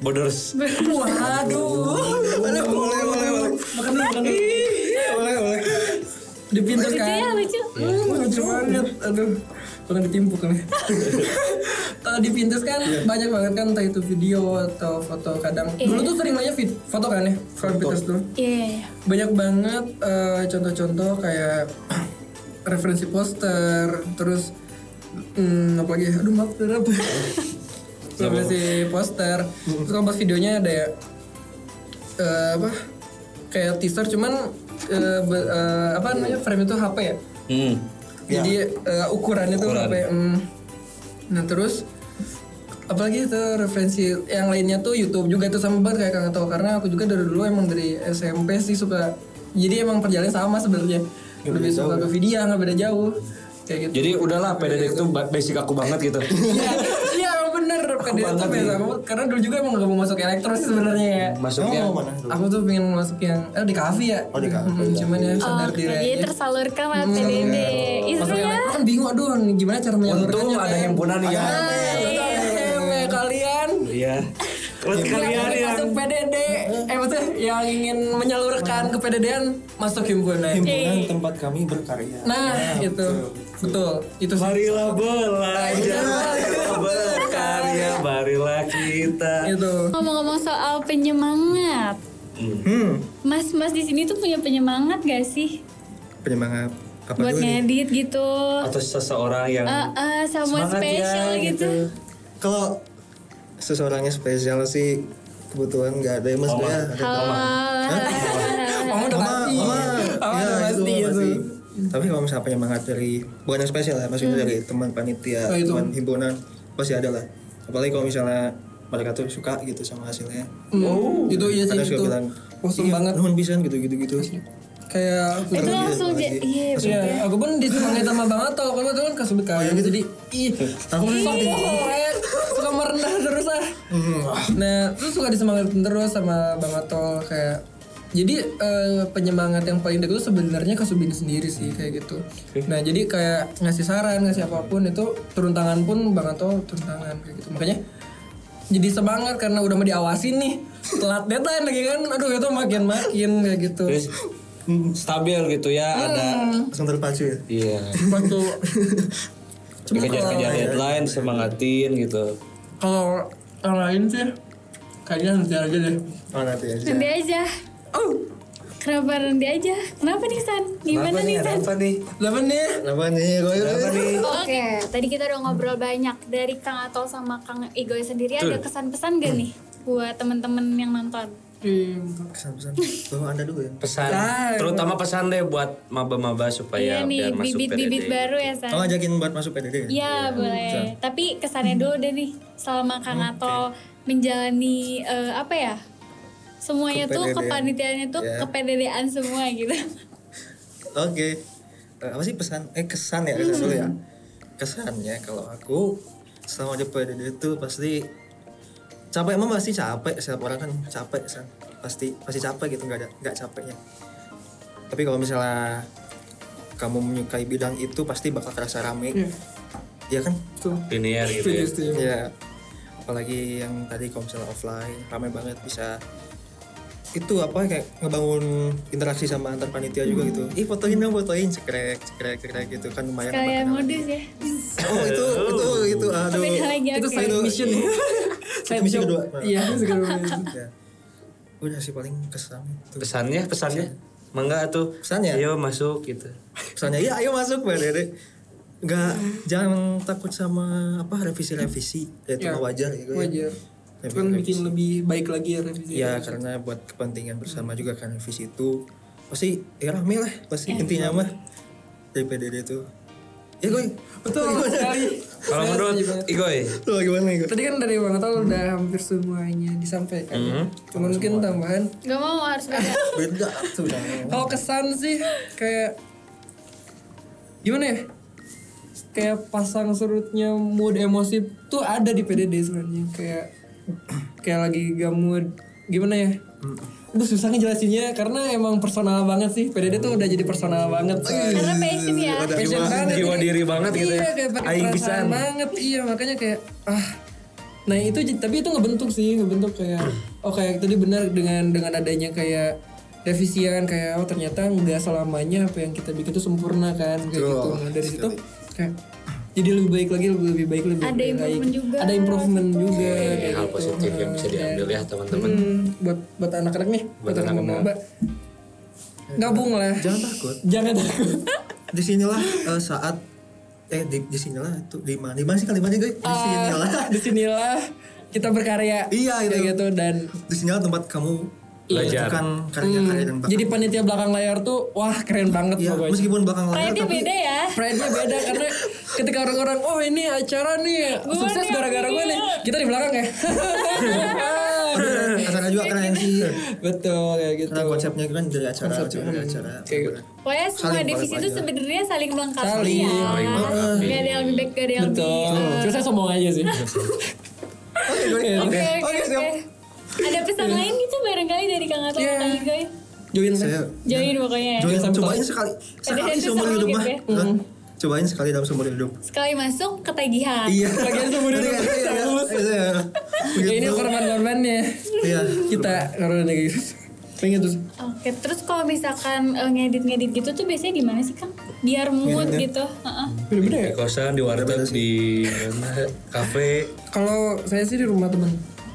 [SPEAKER 3] borders
[SPEAKER 5] Iya. waduh
[SPEAKER 4] boleh boleh boleh boleh
[SPEAKER 5] makan dulu makan dulu
[SPEAKER 4] boleh boleh
[SPEAKER 5] di Pinterest
[SPEAKER 2] Lucu
[SPEAKER 5] kan
[SPEAKER 2] ya lucu.
[SPEAKER 5] Hmm, lucu banget. Aduh, pengen ditimpuk nih. Kalau di Pinterest kan banyak banget kan entah itu video atau foto kadang. Dulu tuh sering banyak vid- foto kan ya, kalau di Pinterest tuh.
[SPEAKER 2] Iya iya, iya.
[SPEAKER 5] Banyak banget eh, contoh-contoh kayak referensi poster, terus hmm, apa lagi? ya? Aduh maaf, bener apa? referensi poster. Terus kalau pas videonya ada ya eh, apa? Kayak teaser cuman eh, be- eh, apa namanya frame itu HP ya?
[SPEAKER 3] hmm.
[SPEAKER 5] Jadi eh, ukurannya tuh
[SPEAKER 3] Ukuran.
[SPEAKER 5] apa ya? Hmm. Nah terus apalagi itu referensi yang lainnya tuh YouTube juga tuh sama banget kayak Kang Atol karena aku juga dari dulu emang dari SMP sih suka jadi emang perjalanan sama sebenarnya lebih suka ke video nggak beda jauh kayak gitu
[SPEAKER 3] jadi udahlah PDD itu ba- basic aku banget gitu
[SPEAKER 5] Iya, iya bener PD itu beda banget ya, karena dulu juga emang gak mau masuk elektro sih sebenarnya ya
[SPEAKER 3] masuknya
[SPEAKER 4] Emang mau mana?
[SPEAKER 5] aku tuh pengen masuk yang eh di kafe ya
[SPEAKER 4] Oh, di kafe.
[SPEAKER 5] Hmm, cuman ya
[SPEAKER 2] Oh,
[SPEAKER 5] sadar diri
[SPEAKER 2] jadi
[SPEAKER 5] aja.
[SPEAKER 2] tersalurkan lewat PDD. Itu
[SPEAKER 5] Masuk
[SPEAKER 2] ya.
[SPEAKER 5] elektro kan bingung aduh gimana cara menyalurkannya
[SPEAKER 3] untung ada
[SPEAKER 5] kan?
[SPEAKER 3] himpunan ya
[SPEAKER 5] Hehehe, kalian
[SPEAKER 3] iya buat
[SPEAKER 5] yang
[SPEAKER 3] kalian yang
[SPEAKER 5] masuk PDD eh maksudnya yang ingin menyalurkan ke PDD-an masuk himpunan
[SPEAKER 4] himpunan tempat kami berkarya
[SPEAKER 5] nah itu betul itu sih
[SPEAKER 3] marilah belajar marilah berkarya marilah kita
[SPEAKER 5] itu
[SPEAKER 2] Ngomong-ngomong soal penyemangat.
[SPEAKER 3] Hmm.
[SPEAKER 4] hmm
[SPEAKER 2] Mas-mas di sini tuh punya penyemangat gak sih
[SPEAKER 4] penyemangat apa
[SPEAKER 2] buat
[SPEAKER 4] dulu nih?
[SPEAKER 2] ngedit gitu?
[SPEAKER 3] atau seseorang yang
[SPEAKER 2] Eh, eh, someone
[SPEAKER 3] semangat
[SPEAKER 2] special
[SPEAKER 3] ya
[SPEAKER 2] gitu.
[SPEAKER 4] kalau seseorangnya spesial sih kebetulan nggak ada ya mas ya
[SPEAKER 2] Halo.
[SPEAKER 5] kamu udah
[SPEAKER 4] mama
[SPEAKER 5] mati
[SPEAKER 4] mama ya tapi kalau misalnya penyemangat dari bukan yang spesial ya maksudnya dari teman panitia
[SPEAKER 5] Oh, itu.
[SPEAKER 4] teman himpunan pasti ada lah apalagi kalau misalnya mereka tuh suka gitu sama hasilnya
[SPEAKER 5] Oh, itu iya sih
[SPEAKER 4] kadang
[SPEAKER 5] itu.
[SPEAKER 4] suka bilang
[SPEAKER 5] Kosong
[SPEAKER 4] "Iya,
[SPEAKER 5] banget.
[SPEAKER 4] nuhun pisan gitu gitu gitu
[SPEAKER 5] Kayak aku
[SPEAKER 2] itu
[SPEAKER 5] tuh-
[SPEAKER 2] langsung
[SPEAKER 4] lagi.
[SPEAKER 2] jadi iya
[SPEAKER 5] Iya,
[SPEAKER 2] bener.
[SPEAKER 5] aku pun ditemani sama Bang Ato, kalau itu kan kesebut kan. gitu. Jadi, ih, aku suka keren, suka merendah terus ah. Nah, terus suka disemangatin terus sama Bang Ato kayak jadi eh, penyemangat yang paling dekat itu sebenarnya ke Subin sendiri sih kayak gitu. Nah jadi kayak ngasih saran ngasih apapun itu turun tangan pun Bang Ato turun tangan kayak gitu. Makanya jadi semangat karena udah mau diawasin nih telat deadline lagi kan. Aduh itu makin makin kayak gitu.
[SPEAKER 3] Terus stabil gitu ya ada
[SPEAKER 4] langsung terpacu ya
[SPEAKER 3] iya
[SPEAKER 5] Waktu
[SPEAKER 3] dikejar-kejar deadline semangatin gitu.
[SPEAKER 5] Kalau yang lain sih kayaknya nanti aja deh.
[SPEAKER 4] oh nanti aja
[SPEAKER 2] nanti aja
[SPEAKER 5] Oh,
[SPEAKER 2] kenapa nanti aja kenapa nih San gimana nih San
[SPEAKER 3] Apa nih?
[SPEAKER 5] delapan nih.
[SPEAKER 4] kenapa nih kok
[SPEAKER 2] Oke, tadi kita udah ngobrol banyak dari Kang Atol sama Kang Igoy sendiri ada kesan-pesan
[SPEAKER 3] Hmm.
[SPEAKER 2] gak nih buat temen-temen yang nonton?
[SPEAKER 5] Iya,
[SPEAKER 4] kesan-pesan bahwa anda dulu ya
[SPEAKER 3] Pesan, terutama pesan deh buat maba-maba supaya
[SPEAKER 2] Iya nih,
[SPEAKER 3] Oh ya, biar masuk
[SPEAKER 2] bibit-bibit
[SPEAKER 3] PDD.
[SPEAKER 2] baru ya San.
[SPEAKER 4] oh ngajakin buat masuk PDD ya?
[SPEAKER 2] Iya boleh. Tapi kesannya dulu deh nih selama Kang Atol menjalani eh, apa ya? Semuanya tuh
[SPEAKER 4] Kepedean.
[SPEAKER 2] kepanitiaannya tuh
[SPEAKER 4] Iya.
[SPEAKER 2] kepedean semua gitu.
[SPEAKER 4] Oke. Eh, apa sih pesan? Eh kesan ya kesan dulu ya.
[SPEAKER 2] Hmm.
[SPEAKER 4] Kesannya kalau aku selama di PDD itu pasti capek emang pasti capek setiap orang kan capek san pasti pasti capek gitu nggak ada nggak capeknya tapi kalau misalnya kamu menyukai bidang itu pasti bakal terasa rame
[SPEAKER 2] Hmm.
[SPEAKER 5] Iya.
[SPEAKER 4] ya kan
[SPEAKER 3] linear gitu
[SPEAKER 5] Setuju,
[SPEAKER 3] ya.
[SPEAKER 5] setuju.
[SPEAKER 4] ya apalagi yang tadi kalau misalnya offline ramai banget bisa itu apa kayak ngebangun interaksi sama antar panitia juga gitu
[SPEAKER 5] Hmm.
[SPEAKER 4] ih fotoin dong fotoin cekrek cekrek cekrek gitu kan lumayan
[SPEAKER 2] Kayak
[SPEAKER 4] apa
[SPEAKER 2] modus ya.
[SPEAKER 4] kan. oh itu itu itu aduh
[SPEAKER 2] Beda lagi
[SPEAKER 5] Itu
[SPEAKER 2] oke.
[SPEAKER 5] side mission ya.
[SPEAKER 4] Side mission kedua.
[SPEAKER 5] Iya, side mission.
[SPEAKER 4] Ya. udah sih paling kesan itu
[SPEAKER 3] Pesannya, pesannya. Mangga tuh.
[SPEAKER 4] Pesannya?
[SPEAKER 3] Ayo masuk gitu.
[SPEAKER 4] pesannya iya ayo masuk mbak dede
[SPEAKER 5] Hmm.
[SPEAKER 4] nggak jangan takut sama apa revisi revisi itu
[SPEAKER 5] Iya.
[SPEAKER 4] mah wajar gitu ya.
[SPEAKER 5] Wajar.
[SPEAKER 4] Revisi-
[SPEAKER 5] Itu kan bikin lebih baik lagi ya revisi.
[SPEAKER 4] Ya karena buat kepentingan bersama juga kan visi itu pasti ya rame lah pasti
[SPEAKER 5] Iya,
[SPEAKER 4] intinya mah dari PDD itu. Ya gue
[SPEAKER 5] Betul sekali.
[SPEAKER 3] Kalau
[SPEAKER 5] Saya
[SPEAKER 3] menurut
[SPEAKER 5] setuju banget.
[SPEAKER 3] Igoy,
[SPEAKER 4] lu Oh, gimana nih gue?
[SPEAKER 5] Tadi kan dari Bang Atal udah hampir semuanya disampaikan.
[SPEAKER 3] Mm-hmm.
[SPEAKER 5] ya. Cuman mungkin tambahan
[SPEAKER 2] Gak mau harus beda.
[SPEAKER 4] Beda sudah.
[SPEAKER 5] Kalau kesan sih kayak gimana ya? Kayak pasang surutnya mood emosi tuh ada di PDD sebenarnya. Kayak kayak lagi gak mood gimana ya? Aduh susah ngejelasinnya karena emang personal banget sih. PDD tuh udah jadi personal banget.
[SPEAKER 2] Karena passion ya.
[SPEAKER 5] Passion banget.
[SPEAKER 3] jiwa
[SPEAKER 5] jadi-
[SPEAKER 3] diri banget gitu
[SPEAKER 5] Iya,
[SPEAKER 3] ya.
[SPEAKER 5] kayak pakai
[SPEAKER 3] Aing
[SPEAKER 5] perasaan
[SPEAKER 3] pisan.
[SPEAKER 5] banget. Iya, makanya kayak ah. Nah, itu j- tapi itu ngebentuk sih, ngebentuk kayak oh kayak tadi benar dengan dengan adanya kayak revisian kayak oh ternyata nggak selamanya apa yang kita bikin itu sempurna kan kayak gitu. Nah, dari situ kayak jadi lebih baik lagi lebih, lebih baik lebih
[SPEAKER 2] Ada
[SPEAKER 5] baik.
[SPEAKER 2] improvement juga.
[SPEAKER 5] Ada improvement juga
[SPEAKER 3] Eh,
[SPEAKER 5] kayak
[SPEAKER 3] hal
[SPEAKER 5] gitu.
[SPEAKER 3] positif yang bisa diambil ya teman-teman.
[SPEAKER 5] Hmm, buat buat anak-anak nih, buat anak-anak maba. Gabung lah.
[SPEAKER 4] Jangan takut.
[SPEAKER 5] Jangan takut.
[SPEAKER 4] Di sinilah eh, saat eh di, di sinilah itu di mana? Di mana sih kalimatnya gue? Di sinilah.
[SPEAKER 5] Ah, disinilah kita berkarya
[SPEAKER 4] Iya, itu.
[SPEAKER 5] Kayak gitu dan
[SPEAKER 4] Di sinilah tempat kamu
[SPEAKER 3] Belajar.
[SPEAKER 4] menunjukkan karya-karya dan bakat.
[SPEAKER 5] Iya. Hmm. jadi panitia belakang layar tuh wah keren banget
[SPEAKER 4] Ya,
[SPEAKER 5] pokoknya
[SPEAKER 4] meskipun bakal layar
[SPEAKER 2] Pride-nya
[SPEAKER 4] tapi
[SPEAKER 2] beda ya.
[SPEAKER 5] Pride-nya beda karena ketika orang-orang oh ini acara nih
[SPEAKER 2] Gua
[SPEAKER 5] sukses
[SPEAKER 2] nih iya.
[SPEAKER 5] gara-gara
[SPEAKER 2] yang
[SPEAKER 5] gue nih
[SPEAKER 2] ini.
[SPEAKER 5] kita di belakang ya
[SPEAKER 4] acara juga keren sih.
[SPEAKER 5] Iya. betul kayak gitu
[SPEAKER 4] Karena konsepnya kan dari acara dari acara.
[SPEAKER 5] Kayak gitu.
[SPEAKER 2] Pokoknya semua
[SPEAKER 4] Saling
[SPEAKER 2] divisi itu
[SPEAKER 4] balik-balik.
[SPEAKER 2] sebenarnya saling melengkapi
[SPEAKER 5] Saling.
[SPEAKER 2] ya.
[SPEAKER 3] Saling melengkapi.
[SPEAKER 2] Gak ada yang lebih baik, gak ada yang lebih.
[SPEAKER 5] betul terus saya sombong aja sih
[SPEAKER 4] Oh.
[SPEAKER 5] Iya.
[SPEAKER 4] Oke, gue.
[SPEAKER 2] Oke
[SPEAKER 4] Oke,
[SPEAKER 2] oke
[SPEAKER 4] siap.
[SPEAKER 2] oke. Ada pesan lain gitu barangkali dari Kang Atol
[SPEAKER 5] Iya.
[SPEAKER 2] atau Igoy?
[SPEAKER 5] join
[SPEAKER 4] Saya
[SPEAKER 5] saya
[SPEAKER 2] Join pokoknya ya.
[SPEAKER 4] Join,
[SPEAKER 5] Jangan sampai
[SPEAKER 4] cobain sekali sekali
[SPEAKER 2] itu
[SPEAKER 4] seumur
[SPEAKER 2] seru
[SPEAKER 4] hidup
[SPEAKER 2] gitu
[SPEAKER 4] mah.
[SPEAKER 2] ya.
[SPEAKER 4] Hah? Cobain sekali dalam seumur hidup.
[SPEAKER 2] Sekali masuk ketagihan.
[SPEAKER 4] Iya.
[SPEAKER 5] Lagian seumur hidup,
[SPEAKER 4] Iya, iya,
[SPEAKER 5] saya
[SPEAKER 4] iya.
[SPEAKER 5] lulus.
[SPEAKER 4] Iya, iya.
[SPEAKER 5] ya,
[SPEAKER 4] Begitu.
[SPEAKER 5] ini korban-korbannya
[SPEAKER 4] Iya.
[SPEAKER 5] kita korban kayak gitu pengen terus
[SPEAKER 2] Oke, terus kalau misalkan eh, ngedit-ngedit gitu tuh biasanya di mana sih Kang? Biar mood gitu. Heeh.
[SPEAKER 5] bener-bener ya
[SPEAKER 3] Di kosan, di warteg, di mana, kafe.
[SPEAKER 5] Kalau saya sih di rumah temen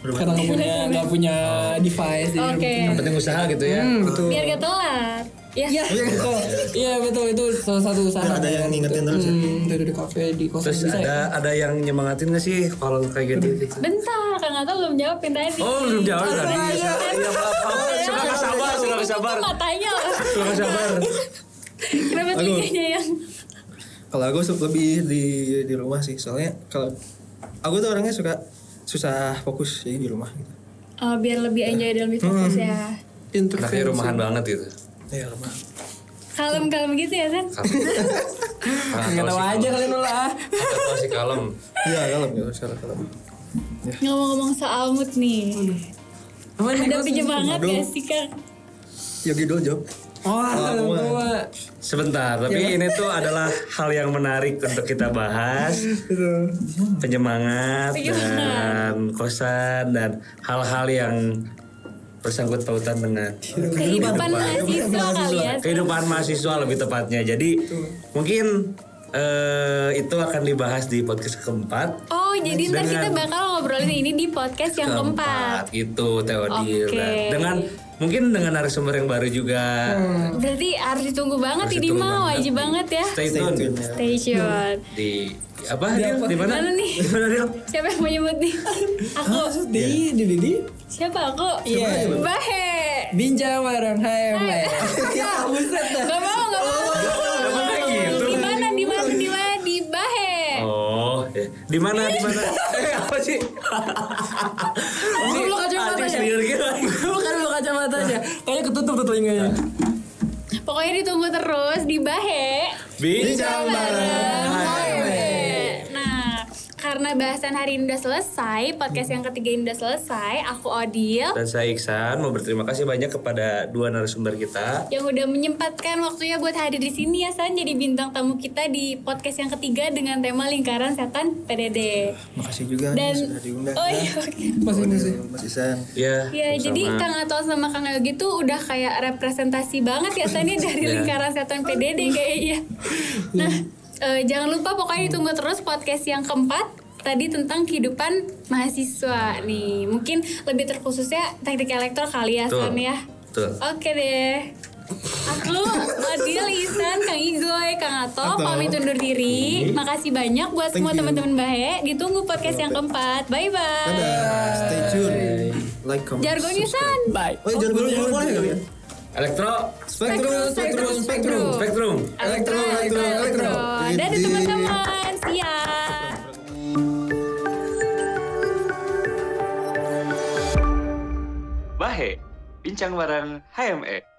[SPEAKER 5] Karena nggak punya nggak punya device di
[SPEAKER 2] Oke. Iya.
[SPEAKER 5] rumah.
[SPEAKER 3] Yang penting usaha gitu ya.
[SPEAKER 5] Hmm, betul.
[SPEAKER 2] Biar gak telat. Ya.
[SPEAKER 5] Iya betul. Iya betul itu salah satu usaha.
[SPEAKER 4] Ada yang ngingetin terus ya.
[SPEAKER 5] Hmm, dari di kafe di kosan
[SPEAKER 3] Terus
[SPEAKER 5] bisa. ya?
[SPEAKER 3] ada ada yang nyemangatin gak sih kalau kayak gitu?
[SPEAKER 2] Bentar, Kang Atol belum jawabin tadi. iya,
[SPEAKER 3] Oh, belum jawab iya, tadi. Iya, maaf, maaf. Suka kesabar, suka
[SPEAKER 2] Itu
[SPEAKER 3] kesabar.
[SPEAKER 2] matanya.
[SPEAKER 3] Suka kesabar.
[SPEAKER 2] Kenapa
[SPEAKER 4] Aku-
[SPEAKER 2] telinganya yang
[SPEAKER 4] Kalau aku sup- lebih di di rumah sih, soalnya kalau aku tuh orangnya suka susah fokus jadi di rumah gitu.
[SPEAKER 2] Oh, biar lebih enjoy dan
[SPEAKER 3] Hmm.
[SPEAKER 2] lebih fokus ya.
[SPEAKER 5] Intervensi.
[SPEAKER 3] Anaknya rumahan banget gitu.
[SPEAKER 4] Iya rumah.
[SPEAKER 2] Kalem-kalem gitu ya kan?
[SPEAKER 3] Kalem. Nggak
[SPEAKER 5] Nggak tahu
[SPEAKER 3] sih
[SPEAKER 5] aja
[SPEAKER 3] kalem.
[SPEAKER 5] kalian lah.
[SPEAKER 3] Nggak tahu sih kalem.
[SPEAKER 4] Iya kalau gitu sekarang kalau.
[SPEAKER 3] Ya.
[SPEAKER 2] Ngomong-ngomong soal mood nih.
[SPEAKER 5] Apa nih,
[SPEAKER 2] Ada
[SPEAKER 5] Mas?
[SPEAKER 2] pinjem banget
[SPEAKER 4] Aduh.
[SPEAKER 2] gak sih Kak?
[SPEAKER 4] Yogi dulu jawab.
[SPEAKER 5] Wah,
[SPEAKER 4] Wah,
[SPEAKER 5] tua.
[SPEAKER 3] Sebentar, tapi ini tuh adalah hal yang menarik untuk kita bahas. Penyemangat dan kosan dan hal-hal yang bersangkut pautan dengan
[SPEAKER 2] Iya. Kehidupan mahasiswa kali ya.
[SPEAKER 3] kehidupan mahasiswa lebih tepatnya. Jadi mungkin eh, itu akan dibahas di podcast keempat.
[SPEAKER 2] Oh, jadi ntar
[SPEAKER 3] Dengan-
[SPEAKER 2] kita bakal ngobrolin ini di podcast yang keempat.
[SPEAKER 3] itu
[SPEAKER 2] Oke.
[SPEAKER 3] Teodir. gitu, Dengan mungkin dengan narasumber yang baru juga. Hmm.
[SPEAKER 2] Berarti harus ditunggu banget
[SPEAKER 3] Harus
[SPEAKER 2] ini
[SPEAKER 3] ditunggu
[SPEAKER 2] mah
[SPEAKER 3] banget
[SPEAKER 2] wajib
[SPEAKER 3] nih.
[SPEAKER 2] banget ya.
[SPEAKER 3] Stay tune
[SPEAKER 2] Stay tune.
[SPEAKER 3] di apa? Di, di mana?
[SPEAKER 2] Mana nih? Eh.
[SPEAKER 3] Di mana Dil?
[SPEAKER 2] Siapa yang mau nyebut nih? Aku.
[SPEAKER 5] Maksud di, di, di, di.
[SPEAKER 2] Siapa aku?
[SPEAKER 5] Iya.
[SPEAKER 2] Bahe.
[SPEAKER 5] Bincang bareng HMW. Ya, buset dah.
[SPEAKER 2] Gak mau, gak mau.
[SPEAKER 3] Gak boleh gitu.
[SPEAKER 2] Di mana, di mana, di mana, di Bahe.
[SPEAKER 3] Oh, ya. di mana? Di mana? eh, apa sih?
[SPEAKER 5] Lu kacamata
[SPEAKER 3] Anjing
[SPEAKER 5] ya?
[SPEAKER 3] sendiri gitu.
[SPEAKER 5] Lu kan buka kacamatanya. Kayaknya ketutup tuh telinganya.
[SPEAKER 2] Pokoknya ditunggu terus di Bahe.
[SPEAKER 3] Bincang bareng.
[SPEAKER 2] Nah, karena bahasan hari ini udah selesai, podcast yang ketiga ini udah selesai, aku Odil
[SPEAKER 3] Dan saya Iksan mau berterima kasih banyak kepada dua narasumber kita.
[SPEAKER 2] yang udah menyempatkan waktunya buat hadir di sini ya San jadi bintang tamu kita di podcast yang ketiga dengan tema lingkaran setan PDD.
[SPEAKER 4] Makasih juga nih
[SPEAKER 2] Dan
[SPEAKER 4] sudah diundang. ya.
[SPEAKER 2] Oh iya. oke.
[SPEAKER 5] Masih masih.
[SPEAKER 4] Mas Isan.
[SPEAKER 3] Ya,
[SPEAKER 2] Ya,
[SPEAKER 3] sama-sama.
[SPEAKER 2] jadi Kang Atol sama Kang Yogi tuh udah kayak representasi banget ya San ya, dari
[SPEAKER 3] Ya.
[SPEAKER 2] lingkaran setan PDD kayaknya. Nah, eh, jangan lupa pokoknya ditunggu terus podcast yang keempat tadi tentang kehidupan mahasiswa nih. Mungkin lebih terkhususnya teknik elektro kali ya San
[SPEAKER 3] Betul.
[SPEAKER 2] ya.
[SPEAKER 3] Betul.
[SPEAKER 2] Oke deh. Aku Odil, Isan, Kang Igoy, Kang Ato, pamit undur diri. Makasih banyak buat semua teman-teman Bahe. Ditunggu podcast yang keempat. Bye bye.
[SPEAKER 4] Dadah. Stay tune. Like comment.
[SPEAKER 2] Jargonnya San.
[SPEAKER 5] Bye.
[SPEAKER 4] Oh, jangan boleh boleh kali ya.
[SPEAKER 3] Elektro,
[SPEAKER 4] Spektrum, spektrum, spektrum.
[SPEAKER 3] spektrum.
[SPEAKER 2] Elektro, elektro, elektro. Dadah teman-teman. Siap.
[SPEAKER 3] Bahe, bincang bareng HME.